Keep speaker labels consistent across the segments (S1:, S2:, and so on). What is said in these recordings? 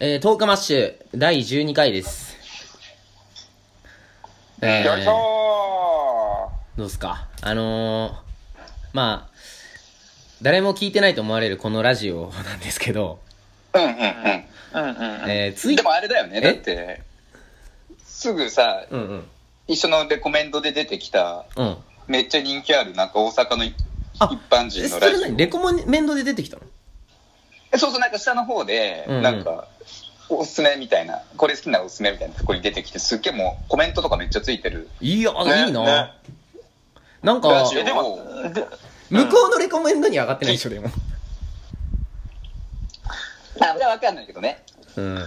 S1: えー、10日マッシュ第12回です。え
S2: よいし
S1: ー、
S2: ょ
S1: どうっすかあのー、まあ、誰も聞いてないと思われるこのラジオなんですけど、
S2: ーうんうんうん。うんうん
S1: えー、ツイ
S2: でもあれだよね、
S1: え
S2: だって、すぐさ、
S1: うんうん。
S2: 一緒のレコメンドで出てきた、
S1: うん。
S2: めっちゃ人気ある、なんか大阪の一
S1: あ
S2: 般
S1: え、
S2: 人の
S1: そ
S2: ラ
S1: れ
S2: ジ
S1: 何レコメンドで出てきたの
S2: オ。そうそう、なんか下の方で、
S1: うんうん
S2: なんか、おすすめみたいな、これ好きなおすすめみたいなとこに出てきて、すっげえもうコメントとかめっちゃついてる。
S1: いや、
S2: ね
S1: いいな、
S2: ね
S1: なんか、
S2: ラジオ
S3: えでも
S2: う
S3: で
S1: 向こうのレコメンドには上がってないでしょ、でも。
S2: あ、じゃあわかんないけどね。
S1: うん。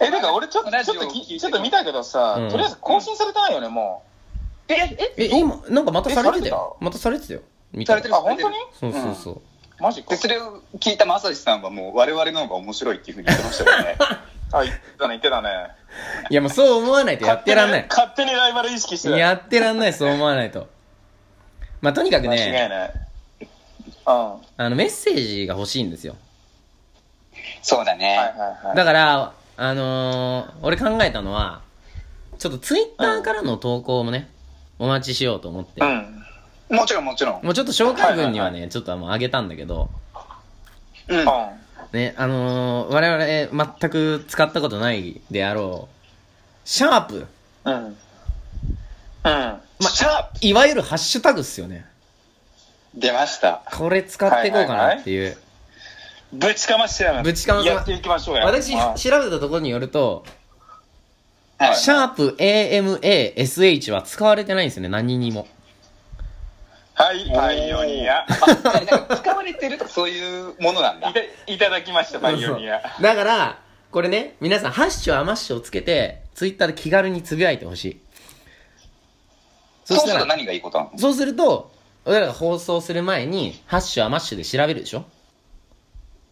S3: えだから俺ちょっと
S2: ラ
S3: ち
S2: ジ
S3: ょ
S2: オ
S3: っときちょっと見たけどさ、
S1: うん
S3: とりあえず更新されてないよねも
S2: え、え、
S1: え、今、なんかまたされてたよ。
S3: え
S1: またされてたよ。見
S2: さ
S1: た
S2: れて
S3: う
S2: る
S3: あ本当に
S1: そうそうそう。
S3: マジか
S2: で、それを聞いた正志さんはもう我々の方が面白いっていうふうに言ってました よね。
S3: あ言ってたね言ってたね
S1: いや、もうそう思わないとやってらんない。
S3: 勝手にライバル意識して た
S1: やってらんない、そう思わないと。まあ、とにかく
S3: 間違い
S1: ね、
S3: ないうんは
S1: あの、メッセージが欲しいんですよ。
S2: そうだ
S3: い
S2: ね。
S3: はいはい
S1: だから、あのー俺考えたのは、ちょっとツイッターからの投稿もね、お待ちしようと思って。
S3: うん
S2: もちろんもちろん。
S1: もうちょっと紹介文には
S3: はい
S1: ね、ちょっとあの、あげたんだけど、
S2: うん。
S1: ね、あのー我々、全く使ったことないであろう、シャープ、
S3: うんうんうん
S1: ま
S2: シャー
S1: いわゆるハッシュタグっすよね。
S2: プ出ました。
S1: これ使っていこうかなっていう。
S3: ぶちかましてやな
S1: ぶちかませ
S3: やっていきましょうや
S1: 私、
S3: まあ
S1: 調べたところによると、
S2: はい。
S1: シャープ AMASH は使われてないんですよね、何にも。
S3: はいパイオニア
S2: なんか使われてるとかそういうものなんだ
S3: い。たいただきましたパイオニア
S1: だから、これね、皆さん、ハッシュ、アマッシュをつけて、ツイッターで気軽につぶやいてほしい。 そ
S2: そう
S1: し
S2: す
S1: た
S2: ると
S1: ら、
S2: 何がいいことなの
S1: そうすると、俺らが放送する前に、ハッシュ、アマッシュで調べるでしょ、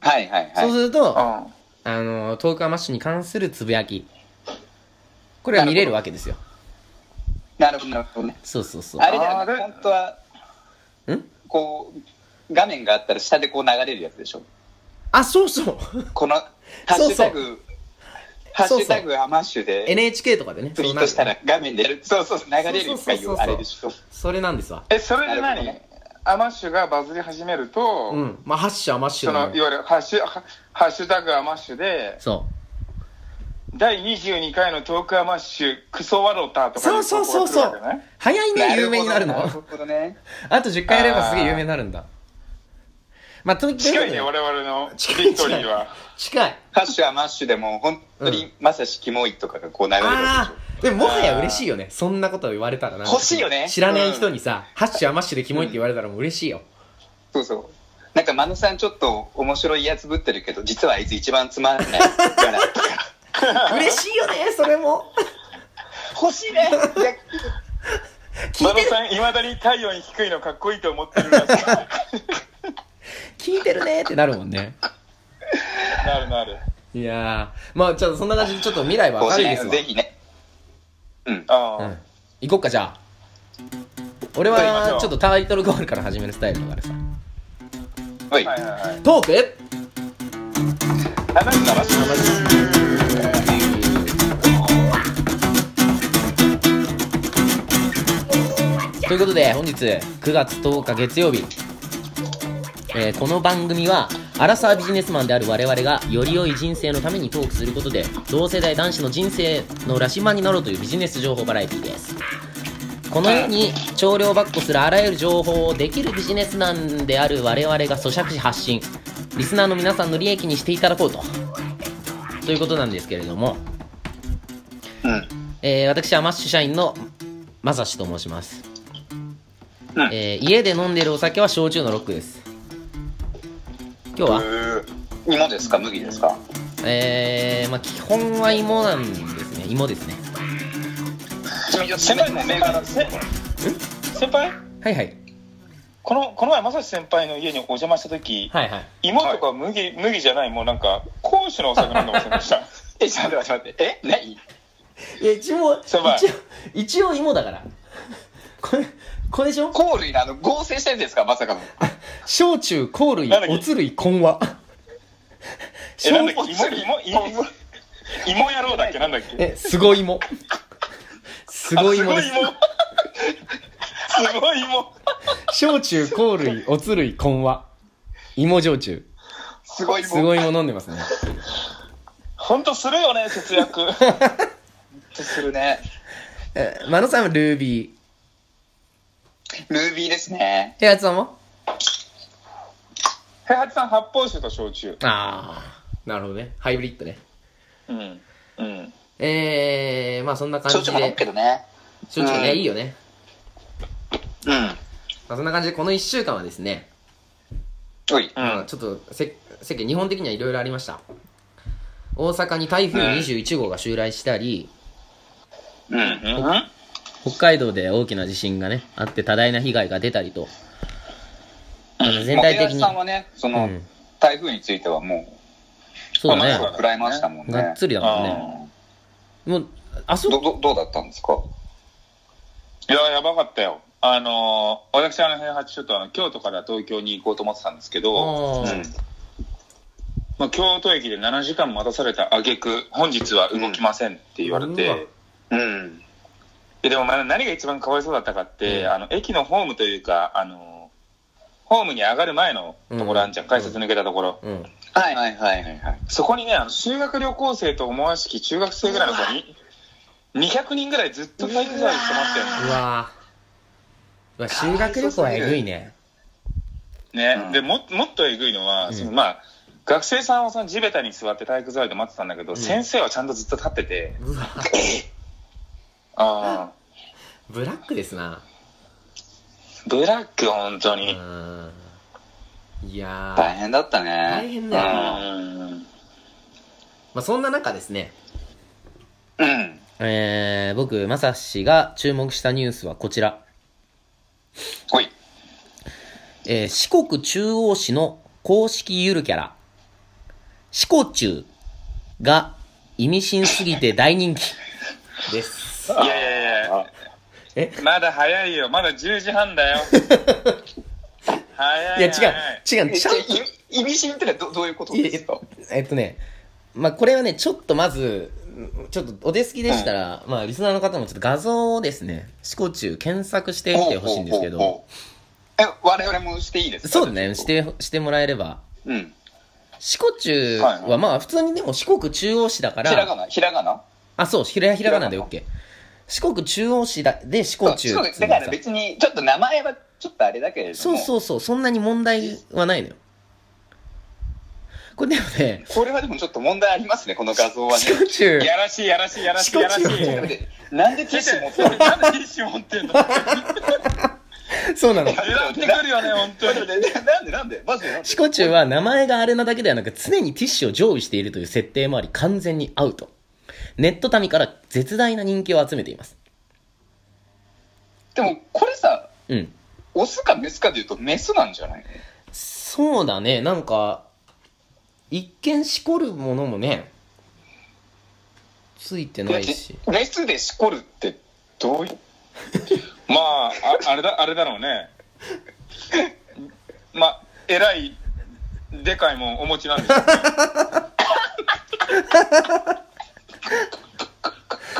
S2: はいはいはい。
S1: そうすると、あ
S3: うん
S1: の、トークアマッシュに関するつぶやき。これは見れるわけですよ。
S2: なるほどなるほどね。
S1: そうそうそう
S2: あ。れだよ
S3: あ
S2: ね、
S3: れ
S2: 本当は、
S1: ん
S2: こう、画面があったら下でこう流れるやつでしょ。
S1: あ、そう そう。
S2: この、ハッシュタグ、ハッシュタグハマッシュで
S1: NHK とかでね。
S2: ツイートした
S1: そうなる
S2: ら画面でやる。そうそう、流れ
S1: そ
S2: るか
S1: うそうそうそう
S2: いうあれでしょ。
S1: それなんですわ。
S3: えそれで
S2: なるほ
S3: 何、
S2: どね
S3: アマッシュがバズり始めると、
S1: うん。まあ、ハッシュ、アマッシュ
S3: そのいわゆるハッシュハハッシュタグアマッシュで
S1: そう。
S3: 第22回のトークアマッシュクソワロタとか
S1: そうそうそうそ
S3: いう投稿が来るわけね
S1: 早いね有名になる
S2: なるほ
S1: の
S2: どね。
S1: あと10回やればすげえ有名になるんだまあとにかく
S3: 近いね我々の
S1: 近い
S3: ビクトリーは
S1: 近い
S2: ハッシュはマッシュでも、本当にまさしキモいとかがこう流れるわ
S1: あ
S2: けで
S1: あで
S2: し
S1: ももはや嬉しいよねそんなこと言われたらな
S2: 欲しいよね
S1: 知らない人にさ、ハッシュアマッシュでキモいって言われたらもう嬉しいよ、
S2: ょ。そうそう。なんか、マノさんちょっと面白いやつぶってるけど、実はあいつ一番つまんないから。
S1: 嬉しいよねそれも
S2: 欲しいね。
S1: 聞
S3: 馬
S1: いてる
S3: 場さんいまだに太陽に低いのかっこいいと思ってるらしい
S1: 聞いてるねってなるもんね
S3: なるなる
S1: いやーまあちょっとそんな感じでちょっと未来は
S2: 欲
S1: 明
S2: し
S1: るい
S2: い
S1: で
S2: ね
S1: すわ
S2: ぜひね。うん。
S3: あ、
S1: うん行こっかじゃあ俺
S3: じゃあ行きまし
S1: は
S3: ょう
S1: ちょっとタイトルゴールから始めるスタイルだからさ
S2: はい。
S3: はいはい はい
S1: トーク
S3: あなんかアマッシュアマッシ
S1: ということで本日9月10日月曜日、えーこの番組はアラサービジネスマンである我々がより良い人生のためにトークすることで同世代男子の人生の羅針盤になろうというビジネス情報バラエティですこのように少量ばっこするあらゆる情報をできるビジネスマンである我々が咀嚼し発信リスナーの皆さんの利益にしていただこうとということなんですけれども、
S2: うん。
S1: えー私はマッシュ社員のまさしと申します、
S2: うん
S1: えー家で飲んでるお酒は焼酎のロックです今日は、
S2: 芋ですか麦ですか
S1: えーまあ、基本は芋なんですね芋ですね
S2: ちなみに
S3: 先輩
S2: 銘
S3: 先
S2: 柄
S3: 輩
S2: です
S3: 先先輩
S1: はいはい
S3: このこの前まさし先輩の家にお邪魔した時
S1: はいはい
S3: 芋とか麦,、麦じゃないもうなんか講師のお酒飲んでませんでした
S2: え、ちょっと待って待って。え何
S1: いや一応
S3: 先輩
S1: 一応一応芋だから これこれでしょ
S2: コールにあの合成してるんですかまさかの。
S1: 焼酎香類
S3: なんだっけ
S1: おつ類混和
S3: えなんだっけ芋
S2: 芋
S3: 芋芋芋野郎だっけなんだっけ
S1: え、すごいも。すご いもです。
S3: あすごい芋すごい芋
S1: 焼酎、香類、おつ類、根和。芋焼酎。
S2: すごいもん
S1: すごいも飲んでますね。
S3: 本当するよね節約
S2: するね。
S1: え、マノさんはルービー。
S2: ルービーですね。
S1: え、やつさんも
S3: 平八さん発泡酒と焼酎
S1: あー、なるほどね。ハイブリッドね。
S3: うんうん
S1: えー、まあそんな感
S2: 少
S1: じ
S2: 女も飲む
S1: で
S2: け。どね。
S1: 正直ね、
S2: うん
S1: いいよね。
S2: うん。
S1: まあそんな感じで、この1週間はですね、
S2: おい。
S1: まあちょっとせ世間日本的にはいろいろありました大阪に台風21号が襲来したり、
S2: うん。
S3: うん
S1: 北海道で大きな地震がねあって多大な被害が出たりと、あの全
S2: まあ
S1: 体
S2: 平
S1: 的
S2: 井
S1: に、
S2: さんはね、そうの、
S1: ん、
S2: 台風についてはもう、
S1: そう
S2: 話を
S1: だね
S2: 食らいましたもんね。
S1: がっつりだもんねもうあ
S2: うん
S1: そ
S2: ど
S1: こ
S2: どどうだったんですか
S3: いややばかったよあのー私あの平八ちょっとあの京都から東京に行こうと思ってたんですけど、
S1: あー
S3: まあ、京都駅で7時間待たされた挙句本日は動きませんって言われて、
S1: うん
S2: うん。うん。
S3: えでもまあ何が一番かわいそうだったかって、
S1: うん
S3: あの駅のホームというかあのホームに上がる前のところあんじゃん、
S1: うん
S3: 改札抜けたところ、
S1: うん
S2: はいはいはいはいはい。
S3: そこにねあの修学旅行生と思わしき中学生ぐらいの子に200人ぐらいずっと体育座りしてましたよ
S1: うわーうわ修学旅行はえぐいね
S3: ね、
S2: うん
S3: でももっとえぐいのは、
S1: うん
S3: そのまあ学生さんはその地べたに座って体育座りで待ってたんだけど、
S1: ん
S3: 先生はちゃんとずっと立ってて
S1: うわ
S3: ああ
S1: ブラックですな
S3: ブラック本当
S1: う
S3: に
S1: んいやー、
S2: 大変だったね。
S1: 大変だよ
S3: うん
S1: まあ、そんな中ですね
S2: うん。うん。
S1: えー、僕、まさしが注目したニュースはこちら。
S2: おい。
S1: えー、四国中央市の公式ゆるキャラ、四国中が意味深すぎて大人 気です。
S3: いやいやいや
S1: え
S3: まだ早いよまだ10時半 だよ早い
S1: いや、違う、
S3: 早
S1: 違う、
S2: え
S1: ち
S2: じ
S1: ゃ
S2: ゃ
S1: ん
S2: あ
S1: と、
S2: い意味深ってのはどどういうこと
S1: いや
S2: ですか
S1: えっとね、まあ、これはね、ちょっとまず、ちょっとお手すきでしたら、まあ、リスナーの方もちょっと画像をですね、四国中検索してみてほしいんですけ
S2: ほ
S1: ど、
S2: うほうほうえ、我々もしていいですか
S1: そうだね、し。て、してもらえれば。
S2: うん。
S1: 四国中
S3: はいは
S1: は、まあ、普通にでも四国中央市だか
S2: ひら
S1: ら、
S2: がなひらがな
S1: あ、そう、ひらひらがなで
S2: ひら
S1: OK。四国中央市だで四国中
S2: そう
S1: つ
S2: だ
S1: うの
S2: か
S1: さ
S2: ら別に、ちょっと名前はちょっとあれだけれども。
S1: そうそうそう、そんなに問題はないのよ。これでもね、
S2: これはでもちょっと問題ありますね、この 画像はね。
S1: 四国中
S3: い、やらしいやらしいやらしい
S1: 四
S3: や
S1: 国
S3: らし
S1: 中
S3: い
S2: ちょっと待ってなんでティッシュ持ってるの
S3: なんでティッシュ持ってんの
S1: そうなの。
S3: 狙ってくるよね本当に
S2: なんでなんでマジでなんで
S1: 四国中は名前があれなだけではなく常にティッシュを常備しているという設定もあり完全にアウト。ネット民から絶大な人気を集めています。
S2: でもこれさ、
S1: うん。
S2: オスかメスかで言うとメスなんじゃない
S1: そうだね、なんか、一見しこるものもね、ついてないし。
S2: メスでしこるってどういう
S3: まあああれだあれだろう ねまあえらいでかいもんお持ちなんですよ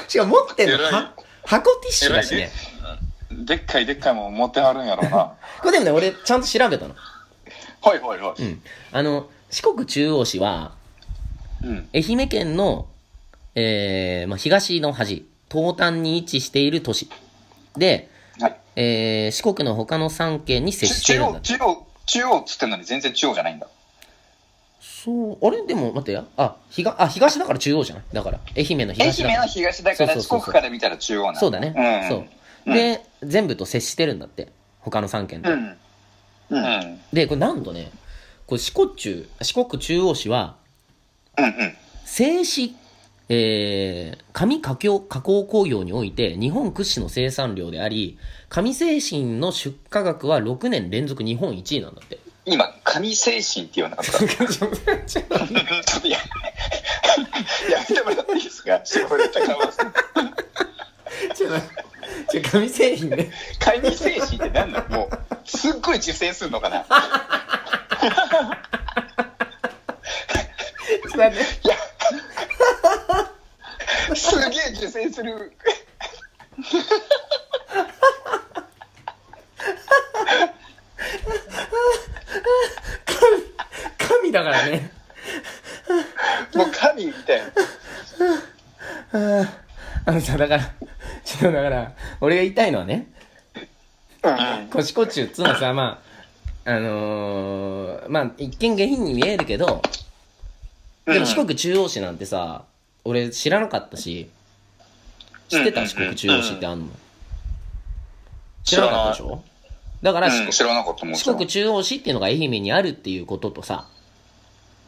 S1: しかも持ってんの
S3: 偉い
S1: は箱ティッシュだし
S3: 偉い
S1: ね
S3: ね。でっかいでっかいもん持ってはるんやろうな
S1: これでもね、俺ちゃんと調べたの。
S2: はいはいは
S1: う
S2: い。
S1: ん。あの、四国中央市は、
S2: うん。
S1: 愛媛県の、えー、まあ、東の端、東端に位置している都市。で、
S2: はい
S1: えー、四国の他の3県に接
S2: ち
S1: してい
S2: 中
S1: るんだ
S2: 央、。中央、中央っつってんのに全然中央じゃないんだ。
S1: そう、あれでも待ってや。あ、ひが、あ、東だから中央じゃないだから、愛媛の
S2: 愛
S1: 東だか
S2: 媛
S1: ら
S2: の。東だから
S1: そう
S2: 四
S1: そうそうそう
S2: 国から見たら中央なんだ。
S1: そうだね。
S2: うん。
S1: そう。で、全部と接してるんだって。他の3県と。
S2: うん。うん。うん。うん。
S1: で、これなんとね、これ四国中、四国中央市は、
S2: うん。
S1: 製紙、えー、紙加工加工工業において日本屈指の生産量であり、紙製品の出荷額は6年連続日本1位なんだ って。
S2: 今、神精神って言わなかった。 ちょっとや、 やめてもらっていいですか絞れた顔は
S1: 違う、紙製品ね。
S2: 神精神って何なのもう、すっごい受精するのかな
S1: そうだね。
S2: いや、 すげえ受精する。
S1: 神だからね。
S2: もう神みたいな。
S1: あのさ、だから、ちょっとだから、俺が言いたいのはね、
S2: うん
S1: コシコチュっつうのはさ、まあ、あのー、まあ、一見下品に見えるけど、でも四国中央市なんてさ、俺知らなかったし、知って
S3: う
S1: た
S3: ん
S1: 四国中央市ってあんの知らなかったでしょだから四
S3: うん
S1: 国
S3: 知らなかったもん
S1: 四国中央市っていうのが愛媛にあるっていうこととさ、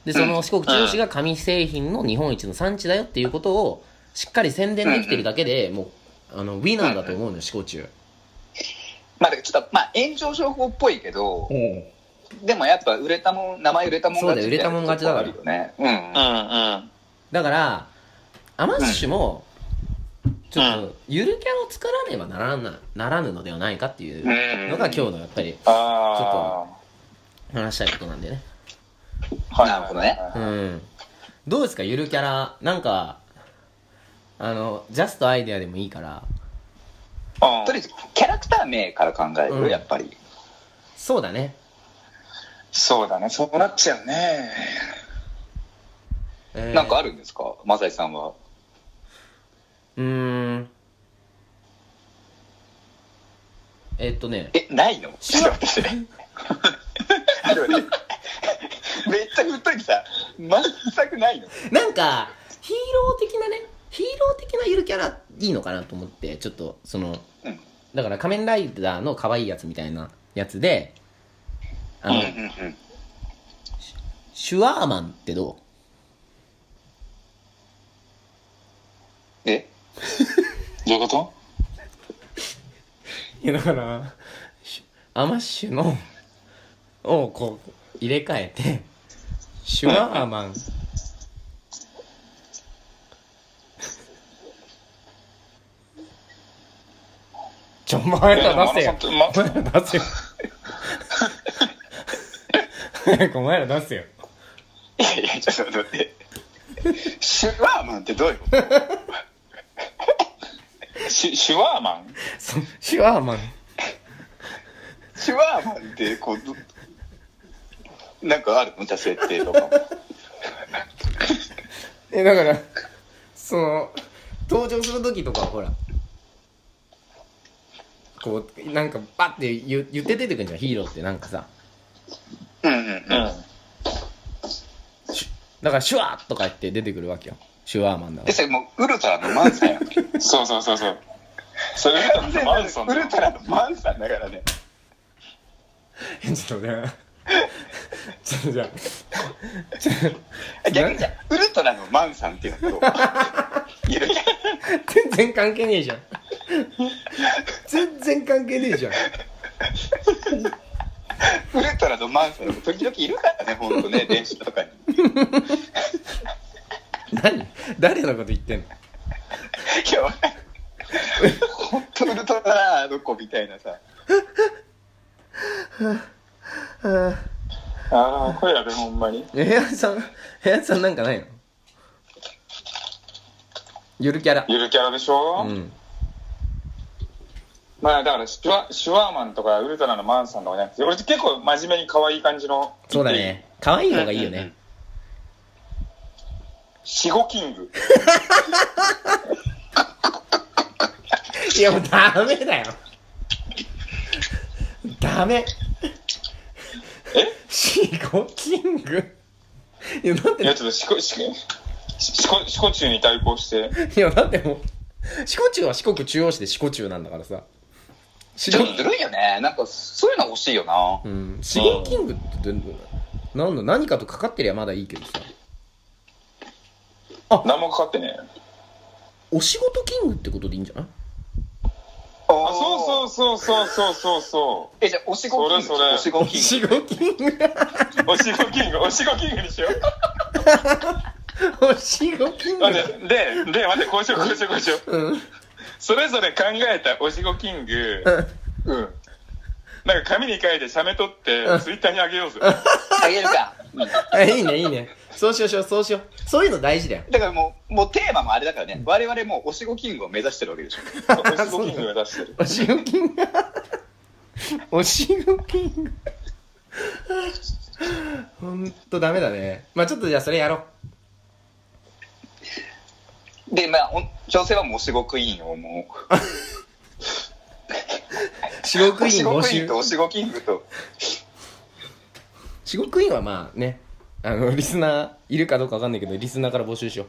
S1: で、その四国中央市が紙製品の日本一の産地だよっていうことを、しっかり宣伝できてるだけで、もう、あの、ウィナーだと思うのよ、四国中。
S2: まあ、ちょっと、まあ、炎上商法っぽいけど、でもやっぱ売れたもん、名前売れたもん
S1: そ
S2: 勝ち
S1: うだよ売れたもん勝ちだから
S2: みたいなとこあるよね。
S3: うんうん
S1: だから、アマッシュも、ちょっと、ゆるキャラを作らねばならな、ならぬのではないかっていうのが今日のやっぱり
S3: あ
S1: 話したいことなんでね。
S3: あ
S2: なるほどね
S1: うん。どうですか、ゆるキャラ。なんか、あの、ジャストアイデアでもいいから、
S2: うん。と
S3: え
S2: りあえず、キャラクター名から考える、
S1: うん
S2: やっぱり。
S1: そうだね。
S3: ずそうだねそうなっちゃうね
S1: えー
S2: なんかあるんですかマサイさんは。
S1: うーん。えっとね、
S2: え、ないの
S1: 知らん
S2: 私ね。あるね。めっちゃ振っといてさ、全くないの。
S1: なんか、ヒーロー的なね、ヒーロー的なゆるキャラいいのかなと思って、ちょっと、その、
S2: うん
S1: だから仮面ライダーの可愛いやつみたいなやつで、あの、
S3: うんうん
S1: シュワーマンってど
S2: え
S3: どういうこと
S1: ういや、だから、シュアマッシュの、をこう、入れ替えて、シュワーマン。ちょ、お前ら出せよ。
S3: ま
S1: お前ら出せよ。早くお前ら出せよ。
S2: いやいや、ちょっと待って。シュワーマンってどういうこと
S3: シュシュワーマン
S1: そシュワーマン。
S2: シュワーマンってこうどなんかあるのじゃあ設定とか
S1: え、だから、その、登場する時とかはほら、こう、なんかバッて言う言って出てくるんじゃん、ヒーローってなんかさ。
S2: うんうん
S1: だから、シュワーとか言って出てくるわけよ。シュワーマンだか
S2: え
S1: ら。
S2: それもうウルトラのマンさんやんけ
S3: うんそうそうそうそうそれ
S2: 完全な
S3: マ
S2: る
S3: ンソン
S2: ウルトラのマンさんだからね
S1: ちょっとね、ちょっとじゃ
S2: 逆にじゃあウルトラのマンさんっていう のとゆるキャ
S1: あ全然関係ねえじゃん。全然関係ねえじゃん。
S2: ラウルトラのマンさんも時々いるからね本当ね電車とかに
S1: 何誰のこと言ってんの
S2: いや本当ウルトラだなあの子みたいなさ
S3: ああこれやべほんまに
S1: え、部屋さん、部屋さんなんかないのゆるキャラ。
S3: ゆるキャラでしょ、
S1: うん。
S3: まあだからシュワシュワーマンとかウルトラのマンさんとかじゃなくて俺結構真面目に可愛い感じの
S1: そうだね。可愛い方がいいよね。
S3: シゴキング
S1: いや、もうダメだよ。ダメ。えシゴキングいや、だっ
S3: い
S1: て、
S3: やちょっとシコシコシコシコチュに対抗して
S1: いや、だってもう、四国中は四国中央市で四国中なんだからさ。シ
S2: ち
S1: ゴ
S2: ょっとずるいよねなんかそういうの欲しいよな
S1: うん、シゴキングってど、なんだ、何かとかかってりゃまだいいけどさ。
S3: 何もかかってね
S1: お仕事キングってことでいいんじゃない
S3: あそううそうそうそうそうそうそ
S2: えじゃあおしごキング
S3: それそれ
S2: おしご
S1: お
S2: キン
S1: 仕
S2: グ
S1: 事キング
S3: うおシゴキングおシゴキングにしよう
S1: お仕事キング
S3: 待ってでで待ってこうしようこうしようこうしよう
S1: うん。
S3: それぞれ考えたおシゴキング
S2: うん
S3: なん か紙に書いて写メ撮ってツイッターにあげようぜ
S2: あげるか
S1: あいいね、いいね。そうしようそうしようそうしようそういうの大事だよ
S2: だからもう、もうテーマもあれだからね、我々もうおしごキングを目指してるわけでしょ。おしごキングを目指してる。
S1: おしごキングおしごキングほんとダメだねまあちょっとじゃあそれやろう
S2: で、まあ、お女性はもうおしごクイーンをも う、
S1: 四国
S2: お
S1: 院
S2: しご
S1: 募
S2: クイーン
S1: 集
S2: とおしごキングと、
S1: 四国院はまあねあのリスナーいるかどうかわかんないけどリスナーから募集しよ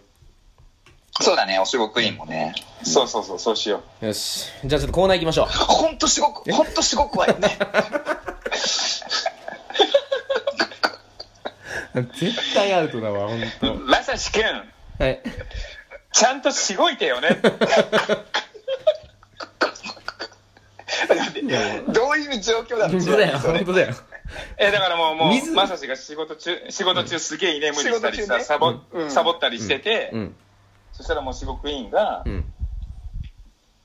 S2: そうだね、おしごクイーン もね。
S3: そうそうそう、そうしよ
S1: うよしじゃあちょっとコーナー行きましょう
S2: ほんとしごく、ほんとしごくわよね。
S1: 絶対アウトだわ、ほんと。
S3: う。まさしくん、
S1: はい。
S3: ちゃんとしごいてよ ね。
S2: どういう状況だろう
S1: 本当だよ、
S2: それ
S1: 本当だよ。
S3: え、だからもう、も
S1: 水
S3: う、まさしが仕事中、仕事中すげえ居眠りしたり
S2: 仕事中
S3: さ、
S2: ね
S3: サボ、
S2: うん
S3: サボったりしてて、
S1: うん、
S3: そしたらもうしごく委員が
S1: う、ん。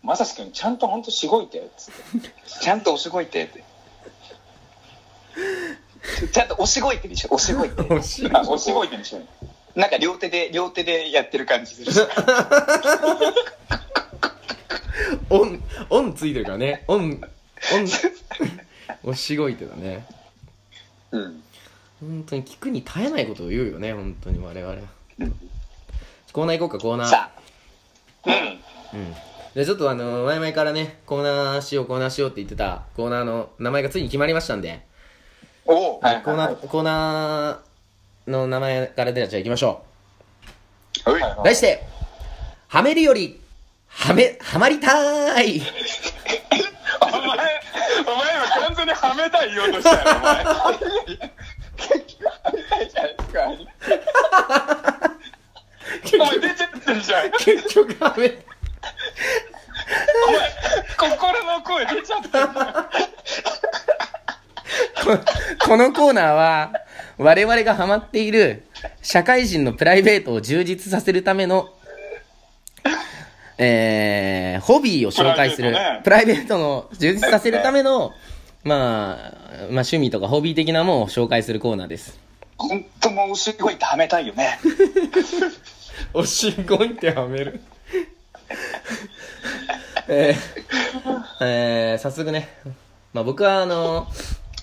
S3: まさしくん、ちゃんとほんとしごいてよ、つって。
S2: ちゃんとおしごいてって。ちゃんとおしごいてでしょ、おしごいて。
S1: おし
S3: あ、おしごいてにしようよ。
S2: なんか両手で、両手でやってる感じする。
S1: オン、オンついてるからね。オン、オン、おしごいてだね。
S2: うん。
S1: 本当に聞くに耐えないことを言うよね、本当に我々は。コーナー行こうか、コーナー。
S2: さ
S3: う
S2: あ、
S3: ん。
S1: うん。で、ちょっとあの、前々からね、コーナーしよう、コーナーしようって言ってたコーナーの名前がついに決まりましたんで、
S2: おう
S3: はい
S1: コーナー、コーナーの名前からではじゃあ行きましょう。
S2: はい
S3: はいはい
S1: 題して、はめるより、はめ、はまりたーい。
S3: お前、お前は完全にはめたい言おうとしたよ、お 前。お前出ちゃってるじゃん。
S1: 結局はめ、
S3: お前、心の声出ちゃってるじゃん。
S1: こ このコーナーは、我々がハマっている、社会人のプライベートを充実させるための、えー、ホビーを紹介する、プ
S3: プ
S1: ライベートの充実させるための、まあ、まあ趣味とかホビー的なものを紹介するコーナーです。
S2: 本当もうおしごいてはめたいよね。
S1: おしんこいってはめる えーえー早速ね、まあ、僕はあの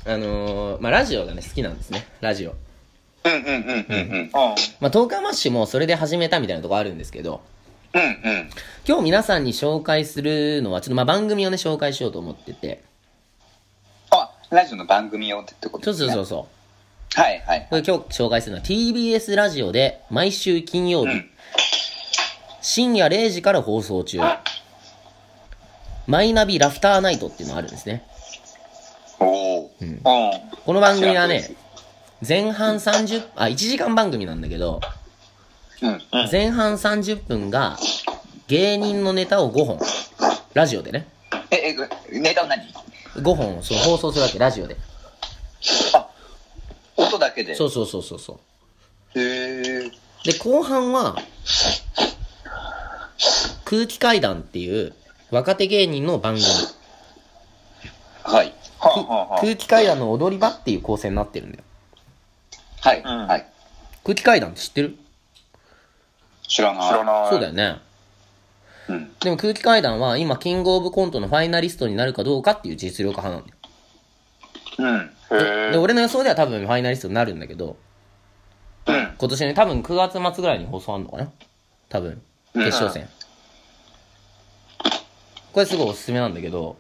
S1: あのまあ、ラジオがね好きなんですねラジオ、
S2: うんうんうんうん
S3: うん。
S1: まあ、トーカーマッシュもそれで始めたみたいなとこあるんですけど
S2: うん。うんうん。
S1: 今日皆さんに紹介するのはちょっとまあ番組をね紹介しようと思ってて
S2: あ、ラジオの番組をってこと
S1: そうそ
S2: です
S1: う
S2: ね。
S1: そうそう
S2: はいはい。
S1: これ今日紹介するのは TBS ラジオで毎週金曜日、
S2: うん
S1: 深夜0時から放送中マイナビラフターナイトっていうのがあるんですね
S2: おお。
S1: ん
S2: うん。
S1: この番組はね、前半30、あ、1時間番組なんだけど、
S2: うん。
S1: 前半30分が、芸人のネタを5本。ラジオでね。
S2: え、え、ネタは何
S1: 5本をそう放送するわけ、ラジオで。
S2: あ、音だけで。
S1: そうそうそうそうそう。
S2: へえ。
S1: で、後半は、空気階段っていう、若手芸人の番組。
S2: はい。
S3: はあ
S1: く
S3: はあは
S1: 空気階段の踊り場っていう構成になってるんだよ。
S2: はい。
S3: うん
S2: はい。
S1: 空気階段って知ってる
S2: 知らな
S3: あ。
S2: い。
S3: 知らない。
S1: そうだよね。
S2: うん。
S1: でも空気階段は今、キングオブコントのファイナリストになるかどうかっていう実力派なんだよ。
S2: うん。
S3: へ
S1: で、
S3: え。
S1: 俺の予想では多分ファイナリストになるんだけど、
S2: うん。
S1: 今年ね、多分9月末ぐらいに放送あんのかな多分、
S2: うん
S1: 決勝戦。これすごいおすすめなんだけど、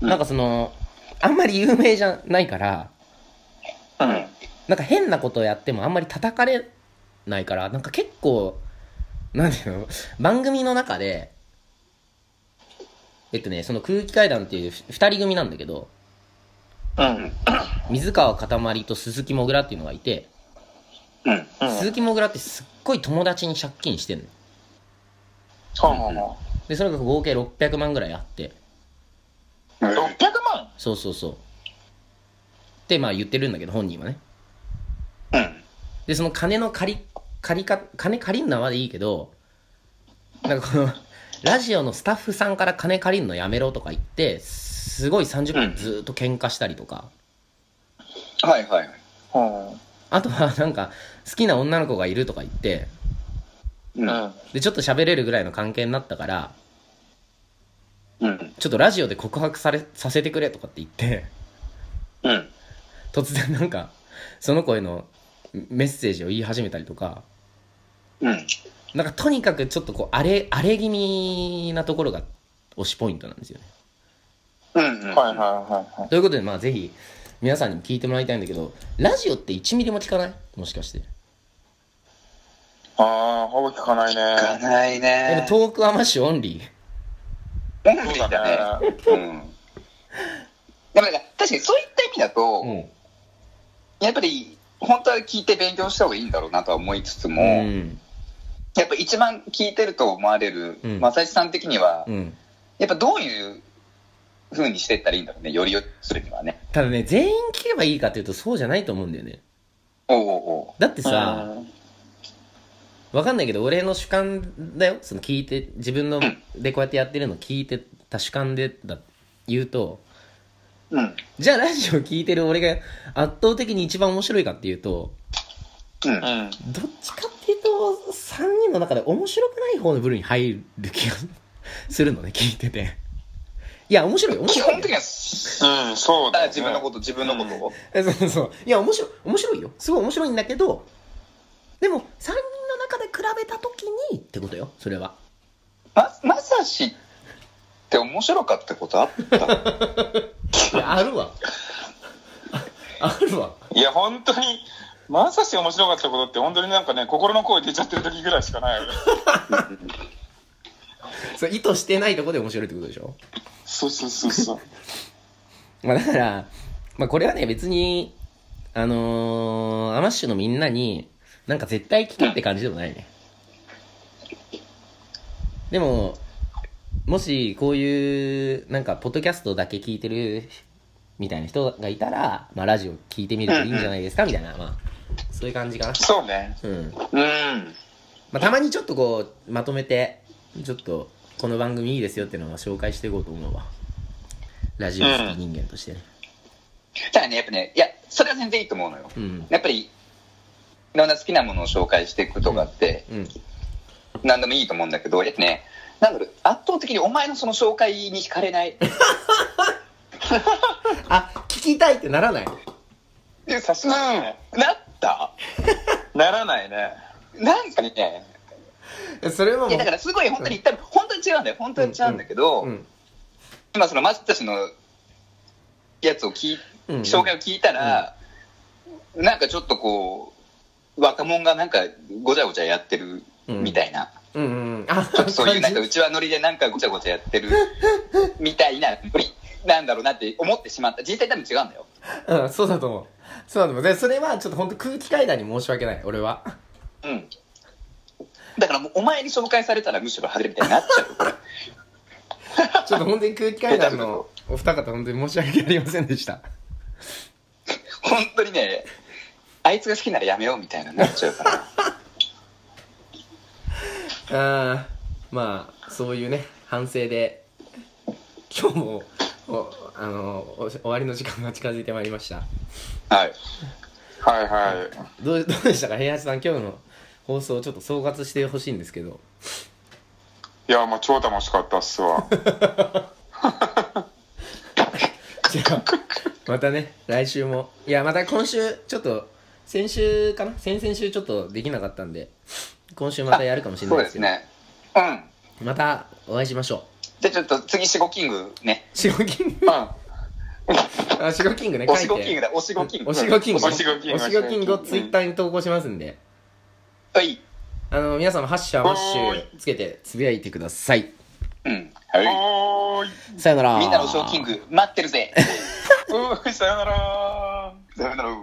S2: うん
S1: なんかその、あんまり有名じゃないから、
S2: うん。
S1: なんか変なことをやってもあんまり叩かれないから、なんか結構、なんていうの、番組の中で、えっとね、その空気階段っていう二人組なんだけど、
S2: うん。
S1: 水川かたまりと鈴木もぐらっていうのがいて、
S2: うん。
S1: 鈴木もぐらってすっごい友達に借金してんのよ
S3: はあは
S1: でそれが合計600万ぐらいあって
S3: あはあ。600万
S1: そうそうそうってまあ言ってるんだけど本人はね
S2: うん。
S1: でその金の借り借りか金借りんなまでいいけどなんかこのラジオのスタッフさんから金借りんのやめろとか言ってすごい30分ずーっと喧嘩したりとか、
S2: はいはい。
S3: は
S1: あとはなんか好きな女の子がいるとか言って、
S2: う。
S3: うんん。
S1: で、ちょっと喋れるぐらいの関係になったから、
S2: うん。
S1: ちょっとラジオで告白され、させてくれとかって言って、
S2: うん。
S1: 突然なんか、その子へのメッセージを言い始めたりとか、
S2: うん。
S1: なんかとにかくちょっとこう、荒れ、荒れ気味なところが推しポイントなんですよね。
S2: う
S3: はいはい
S2: ん。
S3: はいはい。
S1: ということで、まあぜひ、皆さんにも聞いてもらいたいんだけど、ラジオって1ミリも聞かないもしかして。
S3: ああ、ほぼ聞かない
S2: いか
S3: ね。
S2: な
S1: で
S2: いね
S1: も。トークアマッシュオンリー。
S2: オン
S3: そう
S2: リーだ
S3: だ
S2: ね。
S3: ね。
S2: うん。でもなんか、確かにそういった意味だと、
S1: うん。
S2: やっぱり、本当は聞いて勉強した方がいいんだろうなとは思いつつも、
S1: うん。
S2: やっぱ一番聞いてると思われる、
S1: うん
S2: 正一さん的には、
S1: うん。
S2: やっぱどういう風にしていったらいいんだろうね、より良くするにはね。
S1: ただね、全員聞けばいいかっていうとそうじゃないと思うんだよね。
S2: おうおうおう
S1: だって
S3: う
S1: さ、
S3: ん
S1: わかんないけど、俺の主観だよ。その聞いて、自分の
S2: ん
S1: でこうやってやってるの聞いてた主観でだ、言うと、
S2: うん。
S1: じゃあラジオ聞いてる俺が圧倒的に一番面白いかっていうと、
S2: うん
S3: う。ん。
S1: どっちかっていうと、3人の中で面白くない方の部類に入る気が するのね、聞いてて。いや、面白い、面
S2: 基
S1: 白い
S2: 本
S1: よ。
S2: 的には、
S3: うん、そうだ、
S2: あ
S3: ね。
S2: 自分のこと、自分のことを。
S1: えそうそう。いや、面白い、面白いよ。すごい面白いんだけど、でも、3人の中で比べたときに、ってことよ、それは。
S2: ま、まさしって面白かったこと あった
S1: いや、あるわ。 ああるわ。
S3: いや、本当に、まさし面白かったことって、本当になんかね、心の声出ちゃってる時ぐらいしかない。
S1: それ意図してないとこで面白いってことでしょ
S3: そうそうそうそう。
S1: まあだから、まあこれはね、別に、あのー、アマッシュのみんなに、なんか絶対聞けって感じでもないね。でも、もしこういう、なんか、ポッドキャストだけ聞いてる、みたいな人がいたら、まあラジオ聞いてみるといいんじゃないですか、みたいな、まあ、そういう感じかな。
S3: そうね。
S1: うん。
S2: うん。
S1: まあ、たまにちょっとこうまとめてちょっとこの番組いいですよっていうのを紹介していこうと思うわラジオ好き人間としてね
S2: ただね、やっぱね、いや、それは全然いいと思うのよ。
S1: うん
S2: やっぱり、いろんな好きなものを紹介していくとかって、
S1: うん
S2: 何でもいいと思うんだけど、やっぱね、なんだろう、圧倒的にお前のその紹介に惹かれない。
S1: あ聞きたいってならない
S3: いや、さすがにね、
S2: なった
S3: ならないね。
S2: なんかね、
S1: それはい
S2: やだからすごい本当に言ったら、本当に違うんだよ、本当に違うんだけど、
S1: うん
S2: 今そのマスタ氏のやつを聞い、
S1: うん
S2: 紹介を聞いたら、なんかちょっとこう、若者がなんかごちゃごちゃやってるみたいな、
S1: うんうんあ
S2: ちょっとそういうなんか
S1: 感
S2: う
S1: じ
S2: ちわノリでなんかごちゃごちゃやってるみたいなノリなんだろうなって思ってしまった。実際多分違うんだよ。
S1: うんそうだと思うそうだと思うでそれはちょっと本当空気階段に申し訳ない俺は
S2: うん。だからもうお前に紹介されたらむしろ外れみたいになっ ちゃう。
S1: ちょっと本当に空気階段のお二方本当に申し訳ありませんでした
S2: 本当にね、あいつが好きならやめようみたいななっちゃうから。
S1: あーまあそういうね反省で今日もおあのお終わりの時間が近づいてまいりました
S2: はい。
S3: はいは
S1: どうどうでしたか平八さん今日の放送をちょっと総括してほしいんですけど
S3: い。いや、もう超楽しかったっすわ。
S1: じゃあまたね来週もいやまた今週ちょっと先週かな先々週ちょっとできなかったんで今週またやるかもしれ
S2: そ
S1: な
S2: う
S1: い
S2: で
S1: です
S2: す
S1: けど
S2: ね。うん。
S1: またお会いしましょ
S2: じゃあちょっと次、シゴキングね。
S1: うシゴキング
S3: う
S1: あシゴキングね書
S2: お
S1: い
S2: し
S1: て
S2: ごキングだ、おしごキング。
S1: おしごキング
S3: おしごキング
S1: おしごキングをツイッターに投稿しますんで、
S2: はい。
S1: あの皆さんもハッシュマッシュつけてつぶやいてください
S2: うん。
S3: ん。
S2: は
S3: おーい。
S1: さよなら
S2: い。みんなのショーキング、待ってるぜ。
S3: うーい、さよなら。
S2: さよなら。